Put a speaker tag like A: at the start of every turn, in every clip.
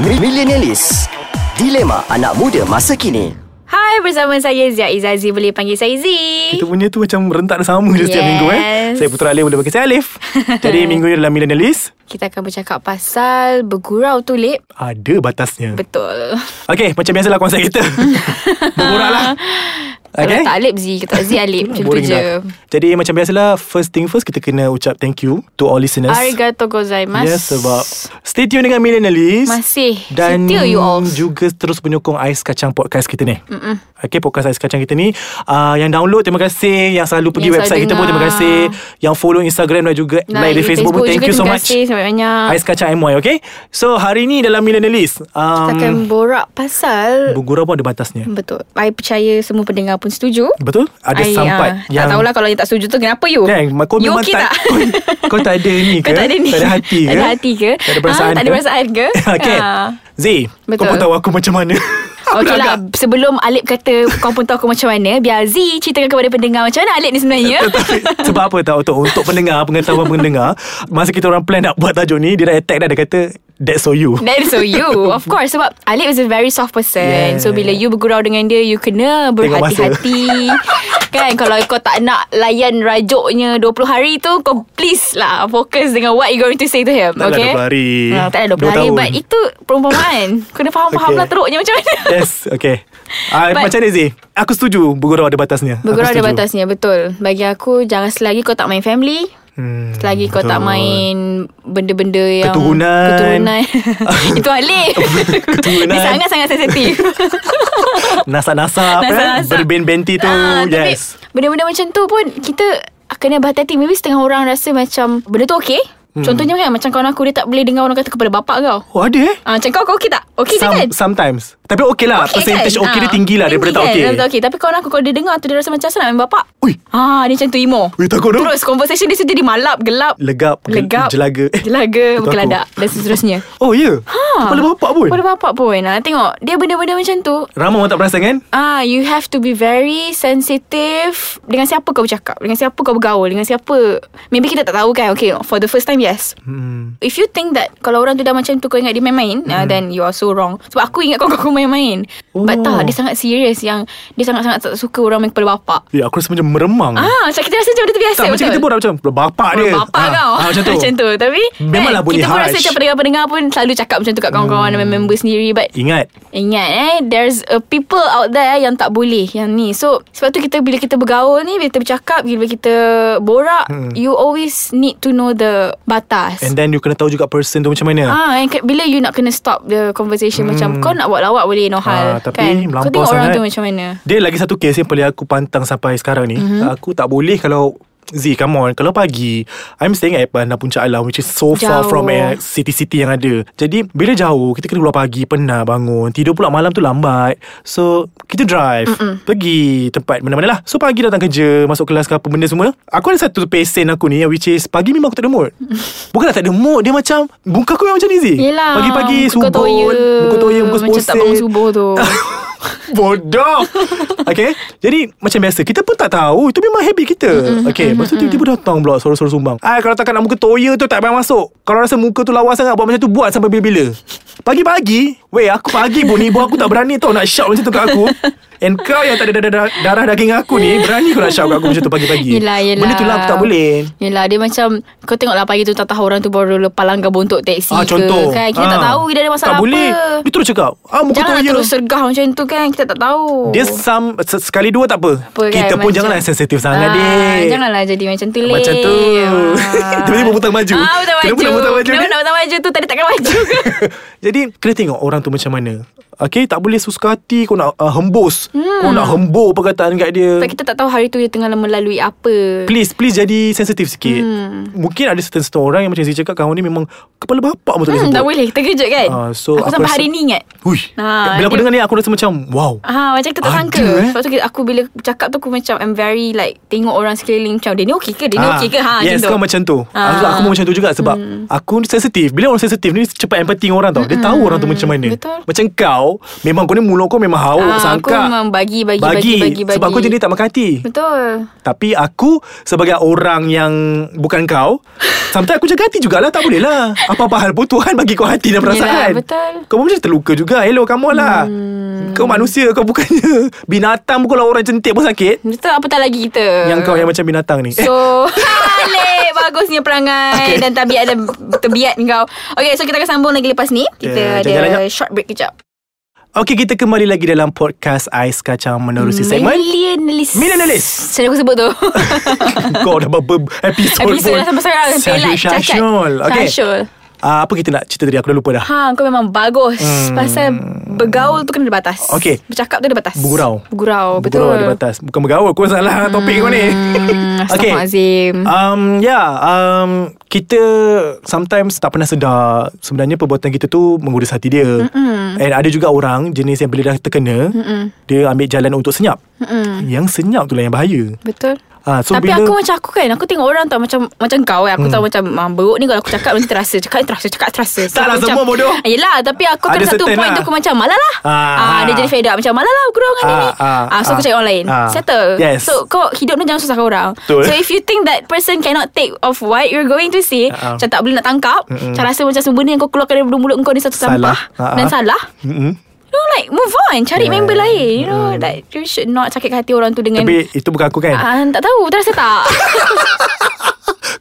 A: Millenialis Dilema anak muda masa kini
B: Hai, bersama saya Zia Izazi. Boleh panggil saya Z.
C: Kita punya tu macam rentak sama je yes. setiap
B: Yes.
C: minggu eh. Saya Putra Alif boleh pakai saya Alif. Jadi minggu ni dalam Millennialist
B: Kita akan bercakap pasal bergurau tu, Lip.
C: ada batasnya.
B: Betul.
C: Okey, macam biasalah konsep kita. Berborak lah.
B: Okay.
C: Okey.
B: Kalau tak Alip, Z. Kalau tak Z, Alip. Macam tu
C: Boring
B: je.
C: dah. Jadi macam biasalah first thing first kita kena ucap thank you to all listeners.
B: Arigato gozaimasu.
C: Yes sebab Stay tune dengan Millennialist
B: Masih
C: Dan
B: setia you all.
C: juga terus menyokong Ais Kacang Podcast kita ni Mm-mm. Okay podcast Ais Kacang kita ni uh, Yang download terima kasih Yang selalu pergi
B: Yang
C: website
B: selalu
C: kita pun terima
B: dengar.
C: kasih Yang follow Instagram dan juga Like, di Facebook, pun Thank
B: juga
C: you so
B: terima Terima
C: much
B: kasih Ah. sangat banyak.
C: Ais Kacang MY okay So hari ni dalam Millennialist
B: Kita akan
C: um,
B: borak pasal...
C: Gurau pun ada batasnya
B: Betul. I percaya semua pendengar pun setuju.
C: Betul? Ada
B: I,
C: sampai
B: ah, Tak tahulah kalau yang tak setuju tu kenapa you?
C: Kan, ma- kau
B: you
C: memang
B: okay
C: tak-
B: tak?
C: kau- kau tak ada ni
B: Kau
C: ke?
B: tak ada ni?
C: Tak ada hati
B: Tak
C: ke?
B: ada hati ke?
C: Tak ada perasaan
B: Ah, Tak ada
C: ke?
B: perasaan ke?
C: Okay
B: Ah.
C: Z Kau
B: Betul.
C: pun tahu aku macam mana Aku
B: Okey
C: dah
B: lah
C: agak-
B: Sebelum Alip kata Kau pun tahu aku macam mana Biar Z ceritakan kepada pendengar Macam mana Alip ni sebenarnya
C: Tapi sebab apa tau untuk, untuk pendengar Pengetahuan pendengar Masa kita orang plan nak buat tajuk ni Dia dah attack dah Dia kata That's so you
B: That's so you Of course Sebab Alip is a very soft person yeah.
C: Yeah.
B: So bila you bergurau dengan dia You kena
C: Tengok masa.
B: berhati-hati Kan Kalau kau tak nak layan rajuknya 20 hari tu Kau please lah Focus dengan what you going to say to him
C: Tak lah
B: Okay
C: 20 hari.
B: Ah, Tak lah 20
C: Dua
B: hari
C: tahun.
B: But itu perumpamaan Kena faham-faham
C: Okay.
B: lah teruknya macam mana
C: Yes Okay uh,
B: But-
C: Macam ni Z Aku setuju Bergurau ada batasnya Aku
B: Bergurau ada
C: setuju.
B: batasnya Betul Bagi aku Jangan selagi kau tak main family
C: Hmm,
B: Selagi kau tak
C: betul.
B: main Benda-benda yang
C: Keturunan.
B: Keturunan Itu Alif
C: Keturunan.
B: Dia sangat-sangat sensitif
C: Nasab-nasab eh?
B: Nasab-nasab.
C: Berbenti tu
B: Ah, tapi
C: Yes
B: Benda-benda macam tu pun Kita Kena berhati-hati Maybe setengah orang rasa macam Benda tu okay hmm. Contohnya kan Macam kawan aku Dia tak boleh dengar orang kata Kepada bapak kau
C: Oh ada eh
B: Ah, macam kau kau okey tak? Okey je
C: Some,
B: kan?
C: Sometimes Tapi okay lah okay, Percentage okay dia
B: Ah,
C: tinggi lah Daripada tak okay
B: Daripada tak okey. Tapi kawan aku kalau dia dengar tu dia rasa macam sana main bapak.
C: Ui.
B: Ah, dia macam tu emo.
C: Ui, takut tu.
B: Terus conversation dia tu jadi malap, gelap.
C: Legap, gel-
B: Legap.
C: jelaga. Eh,
B: Jelaga,
C: betul
B: berkeladak dan seterusnya.
C: Oh ya yeah.
B: Ah.
C: Kepala bapak pun
B: Kepala bapak pun. Ah, tengok, dia benda-benda macam tu.
C: Ramai orang tak perasan kan
B: Ah, you have to be very sensitive dengan siapa kau bercakap, dengan siapa kau bergaul, dengan siapa. Maybe kita tak tahu kan. Okay, for the first time yes.
C: hmm.
B: If you think that Kalau orang tu dah macam tu Kau ingat dia main-main mm. uh, Then you are so wrong Sebab aku ingat kau Kau main-main oh. But
C: Oh.
B: tak Dia sangat serius Yang dia sangat-sangat tak suka Orang main kepala bapak
C: Eh aku rasa macam meremang
B: Ah, macam kita rasa macam benda tu biasa
C: Hmm. Tak macam
B: betul?
C: kita pun dah macam Bapak dia
B: Bapak
C: Ah,
B: kau
C: ah, Macam tu
B: Macam tu Tapi
C: Memanglah
B: kan,
C: bunyi
B: Kita pun rasa
C: harsh.
B: macam pendengar-pendengar pun Selalu cakap macam tu Kat kawan-kawan hmm. Member sendiri But
C: Ingat
B: Ingat eh There's a people out there Yang tak boleh Yang ni So Sebab tu kita Bila kita bergaul ni Bila kita bercakap Bila kita borak hmm. You always need to know The batas
C: And then you kena tahu juga person tu macam mana
B: Ah, and ke- bila you nak kena stop the conversation hmm. macam kau nak buat lawak boleh no hal
C: Ah, tapi
B: kan. Kau
C: melampau
B: tengok orang
C: sangat.
B: tu macam mana.
C: Dia lagi satu kes yang paling aku pantang sampai sekarang ni
B: Mhm.
C: mm-hmm. Aku tak boleh kalau Z come on Kalau pagi I'm staying at Bandar Puncak Alam Which is so far
B: Jauh.
C: from eh, city-city yang ada Jadi bila jauh Kita kena keluar pagi Penat bangun Tidur pula malam tu lambat So kita drive Mm-mm. Pergi tempat mana-mana lah So pagi datang kerja Masuk kelas ke apa benda semua Aku ada satu pesen aku ni Which is Pagi memang aku tak ada mood Bukanlah tak ada mood Dia macam Muka aku memang macam ni Z
B: Yelah.
C: Pagi-pagi
B: muka kau
C: subuh
B: toya,
C: Muka toya Muka
B: Macam tak bangun
C: seposek.
B: subuh tu.
C: Bodoh Okay Jadi macam biasa Kita pun tak tahu Itu memang habit kita Okay Lepas tu tiba-tiba datang pula Suara-suara sumbang Ah, Kalau takkan nak muka toya tu Tak payah masuk Kalau rasa muka tu lawa sangat Buat macam tu Buat sampai bila-bila Pagi-pagi Weh aku pagi pun ni Ibu aku tak berani tau Nak shout macam tu kat aku And kau yang tak ada darah, darah daging aku ni Berani kau nak shout kat aku Macam tu pagi-pagi
B: Yelah, yelah.
C: Benda tu lah aku tak boleh
B: Yelah, dia macam kau tengoklah pagi tu tak tahu orang tu baru lepas langgar bontot teksi
C: Ah, contoh
B: ke kan. Kita tak
C: Ah.
B: tahu dia ada masalah
C: Tak
B: apa.
C: boleh Dia terus cakap ah, Muka
B: Jangan
C: toya
B: terus sergah macam tu kan. Kita tak tahu.
C: Dia some, se- sekali dua tak apa,
B: Apa
C: Kita
B: kan,
C: pun
B: macam-
C: janganlah sensitif sangat
B: Ah,
C: dek
B: Janganlah jadi macam tu
C: Macam tu.
B: Ah.
C: Tiba-tiba putar baju.
B: ah, putar baju.
C: Kenapa nak putar baju
B: Kenapa
C: ni?
B: nak putar baju tu Tadi takkan baju ke
C: Jadi kena tengok orang tu macam mana Okay tak boleh suka hati Kau nak uh, hembus hmm. Kau nak hembur perkataan kat dia
B: Sebab kita tak tahu hari tu Dia tengah melalui apa
C: Please Please jadi sensitif sikit hmm. Mungkin ada certain certain orang Yang macam saya cakap Kawan ni memang Kepala bapak pun tak boleh
B: Hmm,
C: sebut
B: tak boleh Terkejut kan
C: Ah,
B: Aku,
C: so aku
B: sampai
C: rasa-
B: hari ni ingat
C: Hui,
B: Ah,
C: Bila aku
B: dia-
C: dengar ni Aku rasa macam Wow
B: Ha, macam kita tak
C: Ada,
B: sangka
C: eh?
B: Sebab tu kita- aku bila cakap tu Aku macam I'm very like Tengok orang sekeliling Macam dia ni okey ke Dia ni
C: Ah,
B: okey ke ha,
C: Yes kau
B: macam tu.
C: macam tu
B: Ah.
C: ah. Aku pun macam tu juga Sebab hmm. Aku ni sensitif Bila orang sensitif ni cepat empathy dengan orang tau Dia tahu orang tu macam mana
B: Hmm, betul.
C: Macam kau Memang kau ni mulut kau memang hauk
B: Ah,
C: Sangka
B: aku memang bagi, bagi, bagi, bagi, bagi.
C: Sebab kau jadi tak makan hati
B: Betul
C: Tapi aku Sebagai orang yang Bukan kau Sometimes aku jaga hati jugalah Tak boleh lah Apa-apa hal pun Tuhan bagi kau hati dan perasaan
B: Yelah, betul.
C: Kau pun macam terluka juga Hello come on lah hmm. Kau manusia Kau bukannya Binatang pun kalau orang centik pun sakit
B: Betul apatah lagi kita
C: Yang kau yang macam binatang ni eh,
B: So Alek Bagusnya perangai okay. Dan
C: Okay.
B: tabiat dan Tebiat kau Okay so kita akan sambung lagi lepas ni
C: Okay,
B: Kita ada
C: jalan-jalan jap.
B: short break kejap
C: Okay Eh, kita kembali lagi dalam podcast Ais Kacang Menerusi
B: Hmm.
C: segmen
B: Millionalis
C: Millionalis.
B: Sering aku sebut tu
C: Kau dah berapa episode
B: Episode
C: pun
B: dah sampai sekarang Pelat cacat
C: Syasyul Okay
B: Syasyul
C: uh, Apa kita nak cerita tadi Aku dah lupa dah
B: Ha kau memang bagus hmm. Pasal Bergaul tu kena ada batas
C: Okay.
B: Bercakap tu ada batas
C: Bergurau.
B: Bergurau betul
C: Bergurau ada batas Bukan bergaul Kau salah topik kau ni
B: Hmm, Astaghfirullahalazim.
C: Um, ya, yeah, um, kita sometimes tak pernah sedar sebenarnya perbuatan kita tu mengurus hati dia. Mm-mm. And ada juga orang jenis yang bila dah terkena, Mm-mm. dia ambil jalan untuk senyap. Mm-mm. Yang senyap tu lah yang bahaya.
B: Betul
C: Ah, so
B: Tapi
C: bila- Hmm.
B: aku macam aku kan Aku tengok orang tau Macam macam kau kan Aku tahu macam ah, Beruk ni kalau aku cakap Nanti terasa Cakap ni terasa Cakap terasa
C: Tak lah,
B: aku
C: semua bodoh.
B: Yelah tapi aku
C: Ada
B: ada satu
C: certain
B: point
C: lah.
B: tu Aku macam malah lah
C: Ah,
B: ah, Dia
C: ah.
B: jadi fed up Macam malah lah aku dengan ah,
C: Ah,
B: ni ah,
C: ah,
B: So aku
C: ah.
B: cakap orang lain
C: Ah.
B: Settle
C: Yes.
B: So kau hidup ni jangan susahkan orang
C: Betul.
B: So if you think that person Cannot take off what You're going to say
C: Ah, ah.
B: Macam tak boleh nak tangkap Macam rasa macam semua benda Yang kau keluarkan dari mulut kau ni Satu
C: Salah.
B: sampah
C: Ah, ah.
B: Dan salah
C: Mm-mm.
B: No like move on Cari yeah. member lain You know like You should not sakit hati orang tu dengan
C: Tapi itu bukan aku kan.
B: Ah, tak tahu Terasa tak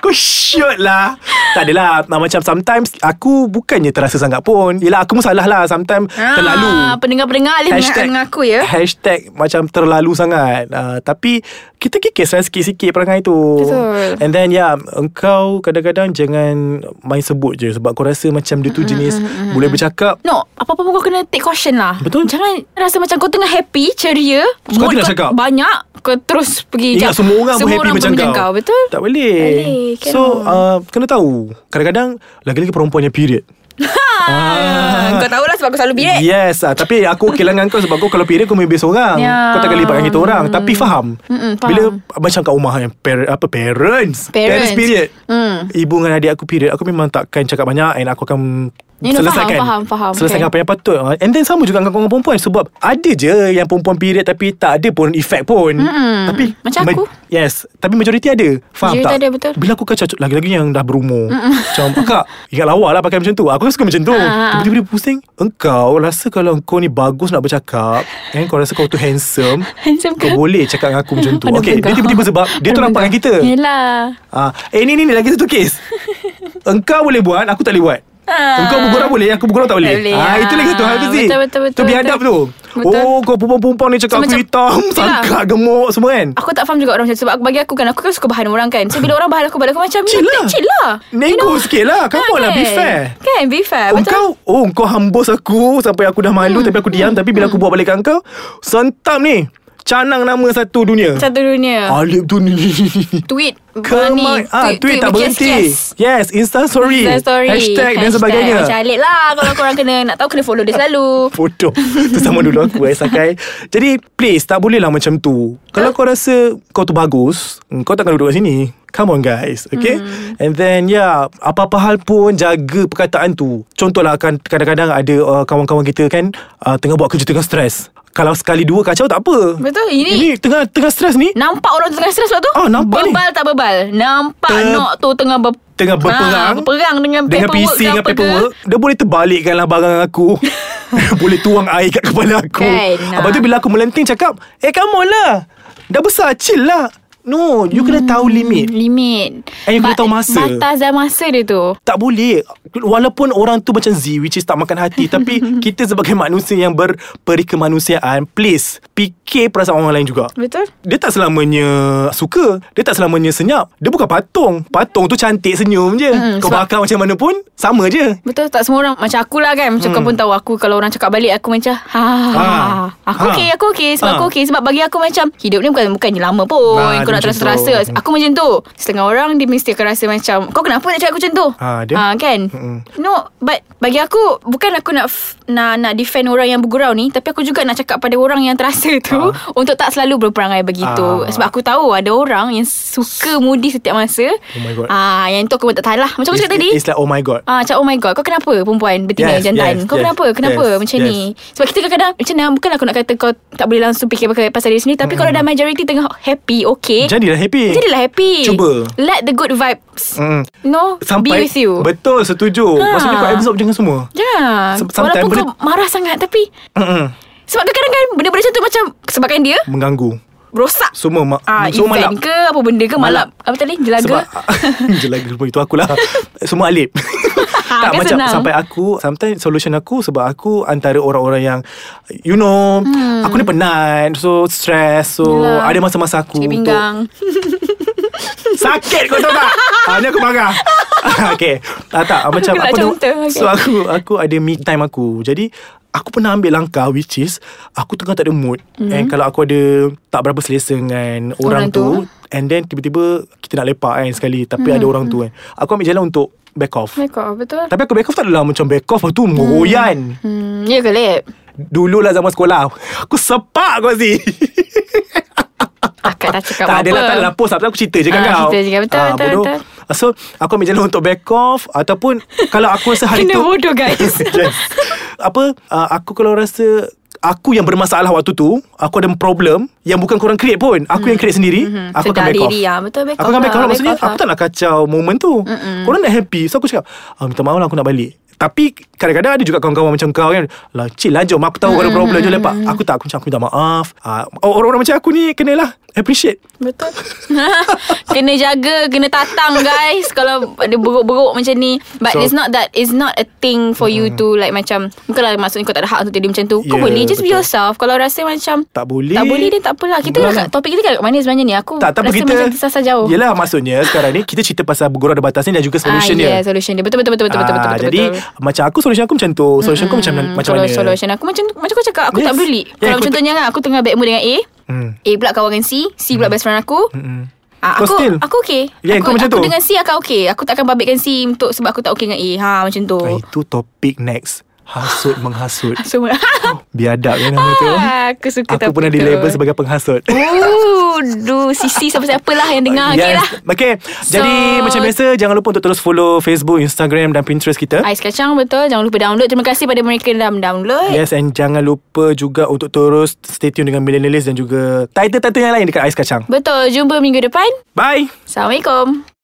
C: Kau shoot lah Tak adalah Ah, Macam sometimes Aku bukannya terasa sangat pun Yelah aku pun salah lah Sometimes
B: Ah,
C: terlalu ha-
B: Pendengar-pendengar Alif Hashtag. dengan aku ya
C: Hashtag macam terlalu sangat uh, Tapi Kita kikis lah sikit-sikit perangai tu
B: Betul.
C: And then ya yeah, Engkau kadang-kadang Jangan Main sebut je Sebab kau rasa macam Dia tu
B: Mm-hmm,
C: jenis Boleh bercakap
B: No Apa-apa pun kau kena Take caution lah
C: Betul.
B: Jangan rasa macam Kau tengah happy Ceria
C: Suka
B: mood
C: hati nak
B: kau
C: cakap.
B: Banyak Kau terus pergi jap.
C: Ingat semua orang
B: semua
C: pun happy
B: orang
C: macam kau.
B: Betul
C: Tak boleh.
B: Boleh, kan? cannot.
C: so, uh, kena tahu. Kadang-kadang, lagi-lagi perempuan yang period.
B: ah. Kau tahulah sebab aku selalu bilik
C: Yes ah, Tapi aku okey lah dengan kau Sebab kau kalau period Kau membius orang
B: Ya. Hmm.
C: Kau takkan libatkan kita orang Tapi faham
B: Mm-mm, faham.
C: Bila Macam kat rumah yang par- apa, Parents Parents period
B: Hmm.
C: Ibu dengan adik aku period Aku memang takkan cakap banyak And aku akan
B: You know,
C: selesaikan
B: faham, faham, faham.
C: Selesaikan
B: Okay.
C: apa yang patut Ah, And then sama juga Dengan kawan perempuan Sebab ada je Yang perempuan period Tapi tak ada pun Efek pun
B: Mm-mm.
C: Tapi
B: Macam aku.
C: Yes Tapi majoriti ada Faham
B: Majoriti
C: tak
B: ada, betul.
C: Bila aku kacau Lagi-lagi yang dah berumur Macam Kak Ingat lawa lah pakai macam tu Aku kan suka macam tu
B: Ah.
C: Tiba-tiba dia pusing Engkau rasa kalau engkau ni Bagus nak bercakap And kau rasa kau tu handsome
B: Handsome kan? ke?
C: Kau boleh cakap dengan aku macam tu
B: Ada
C: Okay
B: bengkak.
C: Dia tiba-tiba sebab Dia
B: Ada
C: tu nampak dengan
B: bengkak.
C: kita
B: Yelah
C: Ah, eh ni ni ni lagi satu kes. Engkau boleh buat, aku tak boleh buat.
B: Ah.
C: Engkau bergurau boleh, aku bergurau tak boleh.
B: Tak boleh,
C: Ah, itu
B: ah.
C: lagi satu hal tu sih.
B: Betul, betul, betul,
C: Tu biadab
B: betul.
C: tu.
B: Betul.
C: Oh, kau perempuan-perempuan ni
B: So,
C: cakap aku
B: macam-
C: hitam,
B: Yelah.
C: sangka gemuk semua kan.
B: Aku tak faham juga orang macam tu Sebab aku- bagi aku kan Aku kan suka bahan orang kan So bila orang bahan aku Balik aku macam
C: Chill lah.
B: Chill lah You know?
C: Nego sikit lah. Come on lah, be fair.
B: Kan be fair
C: Engkau Oh kau hambus aku Sampai aku dah malu
B: Hmm.
C: Tapi aku diam Tapi bila aku buat balik kat engkau Sentam ni Canang nama satu dunia
B: Satu dunia
C: Alip tu ni
B: Tweet
C: Kemai ah, Tweet, tak berhenti Yes Insta story
B: Insta story
C: Hashtag, dan sebagainya
B: Macam Alip lah Kalau korang kena Nak tahu kena follow dia selalu
C: Bodoh Tu sama dulu aku eh Sakai Jadi please Tak boleh lah macam tu Kalau kau rasa Kau tu bagus hmm, Kau takkan duduk kat sini Come on guys
B: Hmm.
C: Okay mm. And then yeah Apa-apa hal pun Jaga perkataan tu Contohlah kan Kadang-kadang ada uh, Kawan-kawan kita kan uh, Tengah buat kerja Tengah stres Kalau sekali dua kacau tak apa
B: Betul, ini-
C: Ini tengah tengah stres ni
B: Nampak orang tu tengah stres waktu tu
C: Ah, nampak ni.
B: Bebal tak bebal Nampak
C: Ter-
B: Ter... tu tengah ber...
C: Tengah
B: ha,
C: berperang
B: Berperang dengan,
C: Dengan
B: paperwork
C: PC
B: ke
C: dengan
B: apa ke.
C: paperwork Dia boleh terbalikkan lah barang aku Boleh tuang air kat kepala aku
B: Kan,
C: Lepas tu
B: ah.
C: bila aku melenting cakap Eh come on lah Dah besar chill lah No You
B: Hmm.
C: kena tahu limit
B: Limit
C: Eh,
B: Ba-
C: kena tahu masa.
B: Batas dan masa dia tu
C: tak boleh Walaupun orang tu macam Z Which is tak makan hati Tapi kita sebagai manusia Yang berperi kemanusiaan Please Fikir perasaan orang lain juga
B: Betul
C: Dia tak selamanya suka Dia tak selamanya senyap Dia bukan patung Patung tu cantik senyum je
B: Mm,
C: Kau
B: sebab-
C: bakar macam mana pun Sama je
B: Betul tak semua orang Macam akulah kan Macam hmm. kau pun tahu Aku kalau orang cakap balik Aku macam ha, ha.
C: Ah.
B: Aku
C: Ah.
B: okey Aku okey Sebab
C: Ah.
B: aku okey Sebab bagi aku macam Hidup ni bukan Bukannya lama pun
C: Ah,
B: Kau nak
C: macam
B: terasa-terasa
C: tu.
B: Aku macam tu Setengah orang Dia mesti akan rasa macam Kau kenapa nak cakap aku macam tu
C: Ah, dia?
B: Ah, Kan
C: Mm-mm.
B: No But bagi aku Bukan aku nak f- Nak nak defend orang yang bergurau ni Tapi aku juga nak cakap Pada orang yang terasa tu Untuk tak selalu berperangai begitu
C: Ah.
B: Sebab aku tahu Ada orang yang suka mudi setiap masa
C: Oh my God.
B: Ah, Yang tu aku pun tak tahu lah Macam aku
C: It's,
B: cakap tadi
C: it's like oh my god
B: Ah, macam oh my god Kau kenapa perempuan Betina
C: Yes,
B: jantan
C: yes,
B: Kau
C: yes,
B: kenapa Kenapa
C: yes,
B: macam
C: yes.
B: ni Sebab kita kadang-kadang Macam mana Bukan aku nak kata Kau tak boleh langsung fikir pakai- Pasal diri sendiri Tapi kalau dah majority Tengah happy Okay
C: Jadilah happy
B: Jadilah happy
C: Cuba.
B: Let the good vibes
C: Mm.
B: No
C: Sampai
B: Be with you
C: Betul setuju ha. Maksudnya kau absorb dengan semua
B: Ya yeah.
C: Some- sometime
B: Walaupun kau
C: benda-
B: marah sangat Tapi
C: Mm-mm.
B: Sebab kadang-kadang Benda-benda macam tu Macam sebabkan dia
C: Mengganggu
B: Rosak
C: Semua ma-
B: Ah,
C: Semua
B: event
C: Mm, malap
B: ke Apa benda ke Malap, Apa tadi Jelaga
C: Sebab ah, Jelaga pun itu akulah Semua alip Tak
B: kan
C: macam
B: senang.
C: Sampai aku Sometimes solution aku Sebab aku Antara orang-orang yang You know hmm. Aku ni penat So stress So
B: Yelah.
C: Ada masa-masa aku
B: Cik
C: untuk-
B: pinggang Oh
C: Sakit kau tahu tak ha, Ni aku marah Okay ah, Tak macam
B: Aku nak
C: aku
B: contoh,
C: okay.
B: okay.
C: So aku Aku ada me time aku Jadi Aku pernah ambil langkah Which is Aku tengah tak ada mood mm-hmm. And kalau aku ada Tak berapa selesa dengan Orang,
B: Orang
C: tu,
B: tu.
C: And then tiba-tiba Kita nak lepak kan sekali Tapi mm-hmm. ada orang tu kan Aku ambil jalan untuk Back off
B: My god betul
C: Tapi aku back off tak adalah Macam back off Lepas tu meroyan
B: Hmm, ya ke Lip?
C: Dulu lah zaman sekolah Aku sepak kau si
B: Akak dah cakap
C: tak
B: apa
C: ada lah, tak ada lah post Tapi aku cerita je kan
B: Ah,
C: kau
B: cerita je kan. Betul,
C: Ah,
B: betul,
C: bodoh.
B: betul.
C: So aku ambil jalan untuk back off Ataupun Kalau aku rasa hari
B: Kena
C: tu
B: bodoh guys
C: yes. Apa uh, Aku kalau rasa Aku yang bermasalah waktu tu Aku ada problem Yang bukan korang create pun Aku yang create sendiri
B: Mhm.
C: Aku akan
B: Sedar
C: back off
B: diri, ah. Betul, back
C: Aku
B: off
C: akan back
B: lah,
C: off lah
B: back
C: Maksudnya
B: off lah.
C: aku tak nak kacau moment tu mm Korang nak happy So aku cakap ah, Minta maaf lah aku nak balik tapi kadang-kadang ada juga kawan-kawan macam kau kan lah, Cik lah jom Aku tahu kau ada problem Jom lepak Aku tak aku macam aku minta maaf Ah, Orang-orang macam aku ni Kenalah Appreciate
B: Betul Kena jaga Kena tatang guys Kalau ada beruk-beruk macam ni But
C: So-
B: so, it's not that It's not a thing for you to Like macam Bukanlah maksudnya Kau tak ada hak untuk jadi macam tu Kau
C: Yeah,
B: boleh Just be
C: betul.
B: yourself Kalau rasa macam
C: Tak boleh
B: Tak boleh dia tak apalah Kita
C: Betul
B: kat,
C: lah.
B: topik kita kat mana sebenarnya ni Aku
C: tak, tak apa
B: rasa
C: kita
B: macam tersasar jauh
C: Yelah maksudnya Sekarang ni Kita cerita pasal Bergurau ada batas ni Dan juga
B: ah,
C: solution dia
B: yeah, Solution dia Betul betul betul betul, betul,
C: Ah,
B: betul, betul
C: Jadi
B: betul.
C: Macam aku solution aku macam tu Solution aku macam macam
B: Kalau
C: mana
B: solution Hmm, aku macam macam aku cakap aku
C: Yes.
B: tak peduli.
C: Yeah,
B: Kalau
C: aku
B: contohnya kan aku tengah bad mood dengan A,
C: Hmm.
B: A pula kawan dengan C, C pula best friend aku. Ah,
C: Kau
B: aku
C: still?
B: aku okey.
C: Yeah, kau
B: aku,
C: macam
B: aku
C: tu?
B: dengan C akan okey. Aku tak akan babitkan C untuk sebab aku tak okey dengan A. Ha macam tu.
C: Ah, Itu topik next Hasut menghasut
B: Semua.
C: Biadab kan nama tu
B: Ah, aku suka
C: Aku
B: topik
C: pernah
B: tu.
C: dilabel sebagai penghasut
B: Ooh, duh, sisi siapa-siapa lah yang dengar yes. okey lah.
C: Okay Jadi
B: So-
C: macam biasa Jangan lupa untuk terus follow Facebook, Instagram dan Pinterest kita
B: Ais kacang betul Jangan lupa download Terima kasih pada mereka yang dah download
C: Yes and jangan lupa juga Untuk terus stay tune dengan Millennialist Dan juga title-title yang lain Dekat Ais Kacang
B: Betul Jumpa minggu depan
C: Bye
B: Assalamualaikum